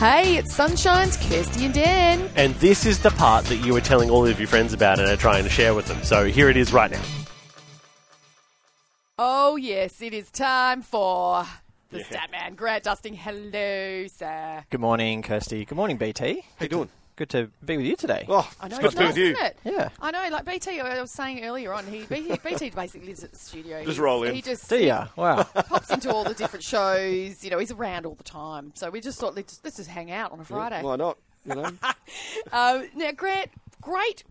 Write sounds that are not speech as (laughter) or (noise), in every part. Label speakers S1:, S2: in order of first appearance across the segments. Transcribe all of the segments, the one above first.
S1: Hey, it's Sunshine's Kirsty and Dan.
S2: And this is the part that you were telling all of your friends about and are trying to share with them. So here it is right now.
S1: Oh, yes, it is time for the Statman. Grant Dusting, hello, sir.
S3: Good morning, Kirsty. Good morning, BT.
S4: How you doing?
S3: Good to be with you today.
S4: Oh,
S1: I know,
S4: it's good
S1: it's
S4: to be
S1: nice,
S4: with you.
S1: isn't it?
S3: Yeah.
S1: I know, like BT, I was saying earlier on, he BT, BT basically lives at the studio. He's-
S4: roll in.
S1: He just
S3: Do ya?
S1: (laughs)
S3: Wow.
S1: pops into all the different shows. You know, he's around all the time. So we just thought, let's, let's just hang out on a Friday.
S4: Why not? You know,
S1: (laughs) Um, now, Grant, great,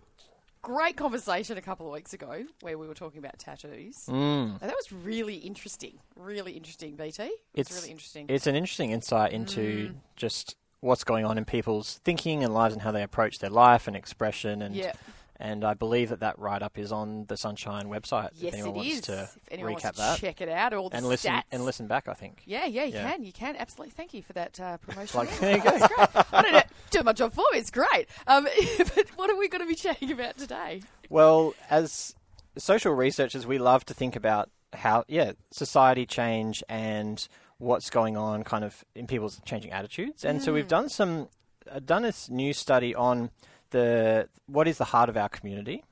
S1: great conversation a couple of weeks ago where we were talking about tattoos. Mm. that was really interesting. Really interesting, BT. It was really interesting. Mm.
S3: It's an interesting insight into just what's going on in people's thinking and lives and how they approach their life and expression and.
S1: Yeah.
S3: And I believe that that write up is on the Sunshine website.
S1: yes,
S3: if
S1: it
S3: anyone wants
S1: is.
S3: to
S1: if anyone
S3: recap
S1: wants to
S3: that
S1: check it out, all the
S3: and listen
S1: stats.
S3: and listen back, I think.
S1: Yeah, yeah, you
S3: Yeah.
S1: can. You can. Absolutely. Thank you for that uh, promotion.
S3: (laughs) Like,
S1: Yeah,
S3: there you go.
S1: That's great. I don't know. Doing my job for me. It's great. Um, (laughs) but what are we going to be chatting about today?
S3: Well, as social researchers, we love to think about how, yeah, society change and what's going on kind of in people's changing attitudes. And so we've done some, uh, done a s- new study on the, what is the heart of our community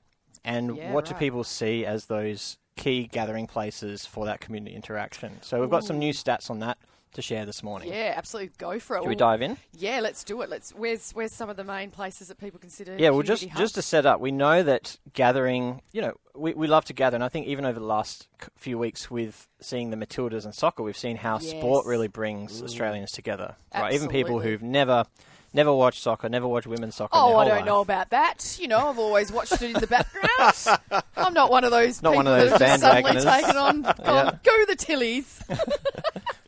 S3: and
S1: Yeah,
S3: what do
S1: right.
S3: people see as those key gathering places for that community interaction. So we've got some new stats on that to share this morning.
S1: Yeah, absolutely. Go for it.
S3: Should we
S1: Ooh.
S3: dive in?
S1: Yeah, let's do it. Let's. Where's Where's some of the main places that people consider?
S3: Yeah, well,
S1: community
S3: just
S1: hubs?
S3: just to set up, we know that gathering, you know, we, we love to gather, and I think even over the last c- few weeks with seeing the Matildas and soccer, we've seen how
S1: Yes.
S3: sport really brings Australians together. Right, even people
S1: Absolutely.
S3: who've never never watched soccer, never watched women's soccer. in
S1: Oh,
S3: their
S1: I
S3: whole
S1: don't
S3: life.
S1: know about that. You know, I've always watched it in the background.
S3: (laughs)
S1: I'm not one of those
S3: Not
S1: people
S3: one of those
S1: that have just suddenly
S3: bandwagoners.
S1: taken
S3: (laughs)
S1: on, gone, go the Tillies.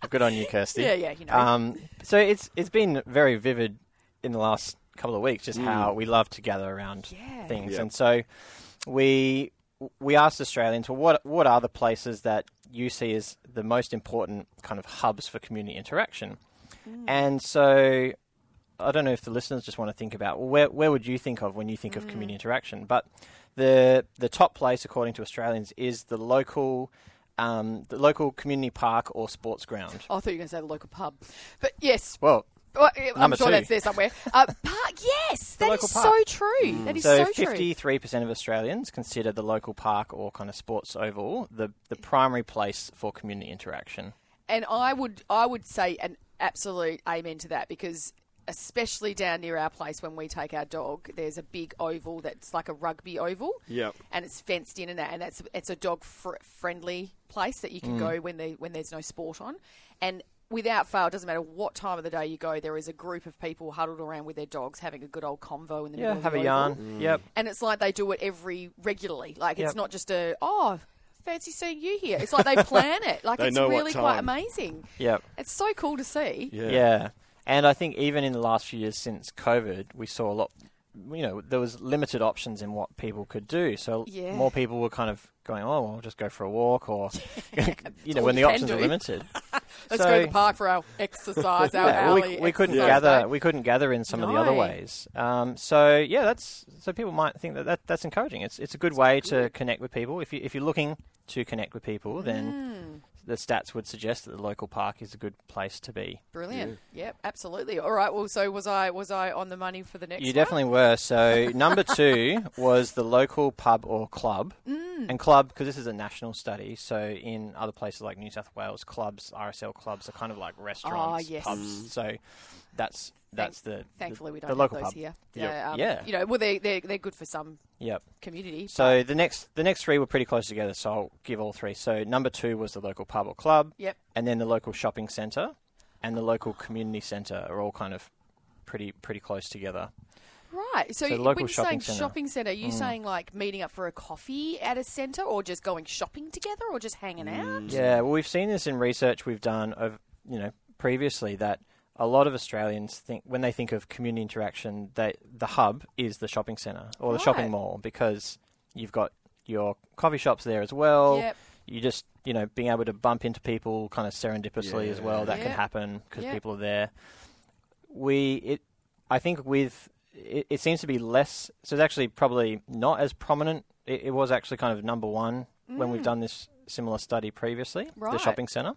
S3: Good on you, Kirsty.
S1: Yeah, yeah, you know.
S3: Um, so it's it's been very vivid in the last couple of weeks, just how we love to gather around
S1: Yeah.
S3: things,
S4: Yeah.
S3: and so we we asked Australians, well, what what are the places that you see as the most important kind of hubs for community interaction, and so. I don't know if the listeners just want to think about well, where where would you think of when you think of community interaction? But the the top place according to Australians is the local um, the local community park or sports ground.
S1: Oh, I thought you were going to say the local pub. But yes,
S3: Well,
S1: well, I'm
S3: number
S1: sure
S3: two.
S1: that's there somewhere. Uh, park, yes, that
S3: local
S1: is
S3: park.
S1: so true. That is so,
S3: so
S1: true.
S3: fifty-three percent of Australians consider the local park or kind of sports oval the the primary place for community interaction.
S1: And I would, I would say an absolute amen to that because especially down near our place when we take our dog, there's a big oval that's like a rugby oval.
S4: Yep.
S1: And it's fenced in and that, and that's it's a dog fr- friendly place that you can go when they when there's no sport on, and. Without fail, it doesn't matter what time of the day you go, there is a group of people huddled around with their dogs having a good old convo in the middle
S3: Yeah,
S1: of
S3: have
S1: the
S3: a
S1: oval.
S3: yarn. Mm. Yep.
S1: and it's like they do it every regularly. Like it's
S3: Yep.
S1: not just a oh fancy seeing you here. It's like they plan it. Like
S4: (laughs) They
S1: it's
S4: know what
S1: really quite
S4: time.
S1: amazing.
S3: Yep.
S1: It's so cool to see.
S4: yeah.
S3: Yeah. And I think even in the last few years since COVID, we saw a lot. You know, there was limited options in what people could do. So
S1: Yeah.
S3: more people were kind of going, "Oh, well, I'll just go for a
S1: (laughs)
S3: walk," or (laughs) you know,
S1: all
S3: when the
S1: you can
S3: options are
S1: do.
S3: limited.
S1: (laughs) Let's
S3: So-
S1: go to the park for our exercise, our
S3: (laughs) Yeah, well,
S1: hourly
S3: we, we couldn't
S1: exercise
S3: gather.
S1: day.
S3: We couldn't gather in some of the other
S1: No.
S3: ways. Um, so yeah, that's so people might think that, that that's encouraging. It's it's a good way to connect with people. If you if you're looking to connect with people, then the stats would suggest that the local park is a good place to be.
S1: Brilliant. Yep, absolutely. All right. Well, so was I was I on the money for the next?
S3: You
S1: one?
S3: definitely were. So number two was the local pub or club,
S1: Mm.
S3: and club because this is a national study. So in other places like New South Wales, clubs, RSL clubs are kind of like restaurants,
S1: Ah, yes. Mm.
S3: pubs. So that's that's the
S1: Thankfully, we
S3: the
S1: don't have
S3: local
S1: those
S3: pub.
S1: here.
S3: Yeah.
S1: Uh, um,
S3: Yeah.
S1: You know, well, they they they're good for some
S3: Yep.
S1: community.
S3: So the next the next three were pretty close together, so I'll give all three. So number two was the local pub or club,
S1: Yep.
S3: and then the local shopping centre and the local community centre are all kind of pretty pretty close together.
S1: Right. So,
S3: So
S1: when
S3: local
S1: you're saying
S3: shopping centre. Mm.
S1: shopping centre, are you saying like meeting up for a coffee at a centre or just going shopping together or just hanging out?
S3: Mm. Yeah, well, we've seen this in research we've done of you know previously that a lot of Australians think when they think of community interaction, they the hub is the shopping centre or the
S1: Right.
S3: shopping mall because you've got your coffee shops there as well.
S1: Yep.
S3: You just you know being able to bump into people kind of serendipitously as well that can
S1: Yep.
S3: happen because
S1: Yep.
S3: people are there. We it I think with it, it seems to be less. So it's actually probably not as prominent. It, it was actually kind of number one when we've done this similar study previously. The
S1: Right.
S3: shopping centre.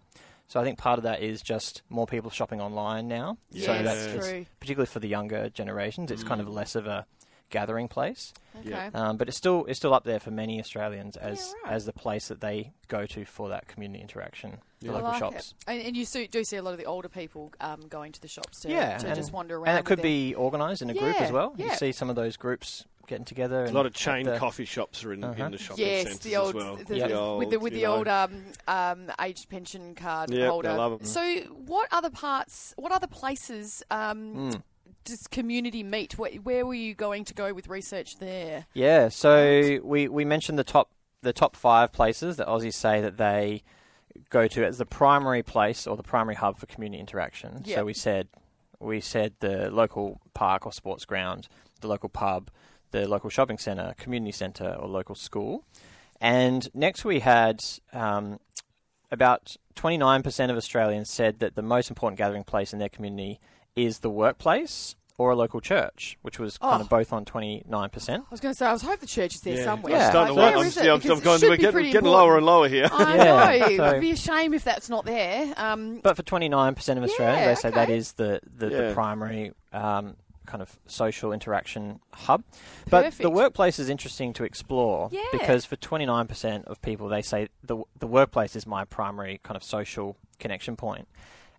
S3: So I think part of that is just more people shopping online now. so
S1: Yes,
S3: that's it's-
S1: true.
S3: particularly for the younger generations. It's kind of less of a gathering place,
S1: Okay.
S4: Yeah.
S3: um, but it's still it's still up there for many Australians as
S1: right.
S3: as the place that they go to for that community interaction. The
S1: I
S3: local
S1: like
S3: shops.
S1: it. And, and you see, do see a lot of the older people um, going to the shops to,
S3: yeah,
S1: to
S3: and,
S1: just wander around.
S3: and it
S1: with
S3: could
S1: their-
S3: be organised in a group as
S1: Yeah,
S3: well.
S1: yeah.
S3: You see some of those groups getting together.
S4: A
S3: and
S4: lot of chain
S3: the-
S4: coffee shops are in,
S3: Uh-huh.
S4: in the shopping
S1: Yes,
S4: centres
S1: the old,
S4: as well.
S1: the,
S3: Yeah.
S1: the- with the, with
S4: you
S1: the
S4: know.
S1: old um, um, aged pension card
S4: Yep, they
S1: holder.
S4: love
S3: Mm.
S4: 'em.
S1: So, what other parts? What other places um,
S3: Mm.
S1: does community meet? Where, where were you going to go with research there?
S3: Yeah, so we, we mentioned the top the top five places that Aussies say that they go to as the primary place or the primary hub for community interaction.
S1: Yeah.
S3: So we said we said the local park or sports ground, the local pub, the local shopping centre, community centre, or local school. And next we had um, about 29% of Australians said that the most important gathering place in their community is the workplace or a local church, which was kind
S1: Oh.
S3: of both on 29%.
S1: I was going to say, I was hoping the church is there
S4: Yeah.
S1: somewhere.
S3: Yeah.
S4: I'm starting to
S1: Like,
S4: like,
S1: where
S4: I'm,
S1: is
S4: see, I'm,
S1: Because
S4: I'm
S1: it
S4: going
S1: should
S4: to
S1: be
S4: get,
S1: pretty
S4: getting lower and
S1: important.
S4: lower here.
S1: I
S3: Yeah,
S1: know.
S3: so-
S1: It'd be a shame if that's not there. Um,
S3: But for twenty nine percent of Australians,
S1: Yeah,
S3: they say that
S1: okay.
S3: is the the,
S4: Yeah.
S3: the primary um, kind of social interaction hub. But
S1: Perfect.
S3: the workplace is interesting to explore
S1: Yeah.
S3: because for twenty nine percent of people, they say the the workplace is my primary kind of social connection point.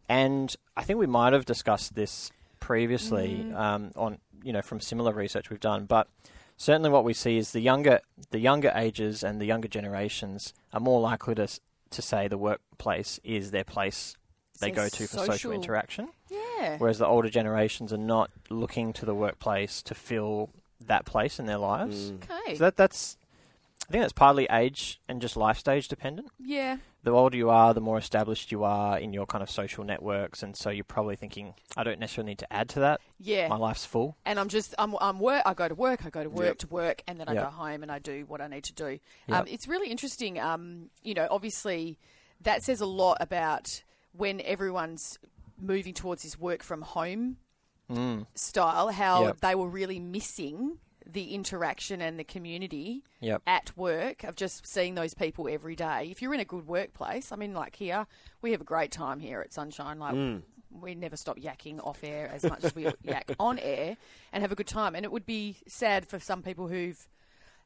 S3: And I think we might have discussed this previously
S1: Mm.
S3: um, on you know from similar research we've done, but certainly what we see is the younger the younger ages and the younger generations are more likely to s- to say the workplace is their place they
S1: It's their
S3: go to for
S1: social-
S3: social interaction,
S1: yeah.
S3: whereas the older generations are not looking to the workplace to fill that place in their lives.
S1: Okay.
S3: So that that's I think that's partly age and just life stage dependent
S1: yeah.
S3: the older you are, the more established you are in your kind of social networks, and so you're probably thinking, I don't necessarily need to add to that.
S1: Yeah.
S3: My life's full.
S1: and I'm just I'm I'm work. I go to work. I go to work
S4: Yep.
S1: to work, and then I
S3: Yeah.
S1: go home and I do what I need to do.
S3: Yeah.
S1: Um, it's really interesting. Um, you know, obviously, that says a lot about when everyone's moving towards this work from home
S4: Mm.
S1: style. How
S3: Yep.
S1: they were really missing the interaction and the community
S3: Yep.
S1: at work of just seeing those people every day. If you're in a good workplace, I mean, like here, we have a great time here at Sunshine. Like, we never stop yakking off air as much as we (laughs) yak on air and have a good time. And it would be sad for some people who've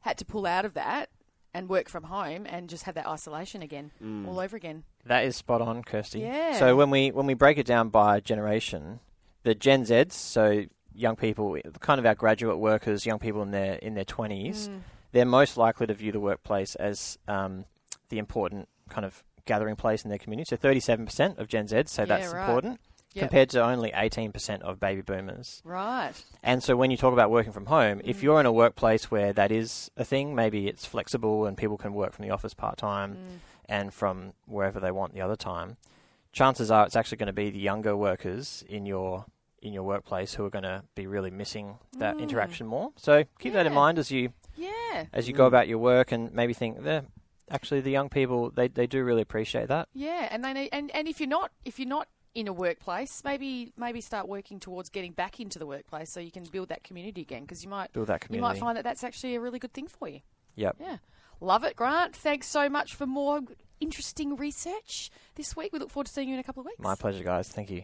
S1: had to pull out of that and work from home and just have that isolation again, all over again.
S3: That is spot on, Kirsty.
S1: Yeah.
S3: So when we when we break it down by generation, the Gen Zs, so young people, kind of our graduate workers, young people in their in their twenties,
S1: Mm.
S3: they're most likely to view the workplace as um, the important kind of gathering place in their community. So thirty seven percent of Gen Zs say
S1: Yeah,
S3: that's
S1: right.
S3: important,
S1: Yep.
S3: compared to only eighteen percent of baby boomers.
S1: Right.
S3: And so when you talk about working from home,
S1: Mm.
S3: if you're in a workplace where that is a thing, maybe it's flexible and people can work from the office part time
S1: Mm.
S3: and from wherever they want the other time, chances are it's actually going to be the younger workers in your in your workplace who are going to be really missing that interaction more. So keep that
S1: Mm.
S3: in
S1: Yeah.
S3: mind as you
S1: Yeah.
S3: as you go about your work and maybe think there actually the young people they, they do really appreciate that.
S1: Yeah, and they need, and and if you're not if you're not in a workplace, maybe maybe start working towards getting back into the workplace so you can build that community again because you might
S3: Build that
S1: You might
S3: community.
S1: find that that's actually a really good thing for you.
S3: Yep.
S1: Yeah, love it, Grant. Thanks so much for more interesting research this week. We look forward to seeing you in a couple of weeks.
S3: My pleasure guys. Thank you.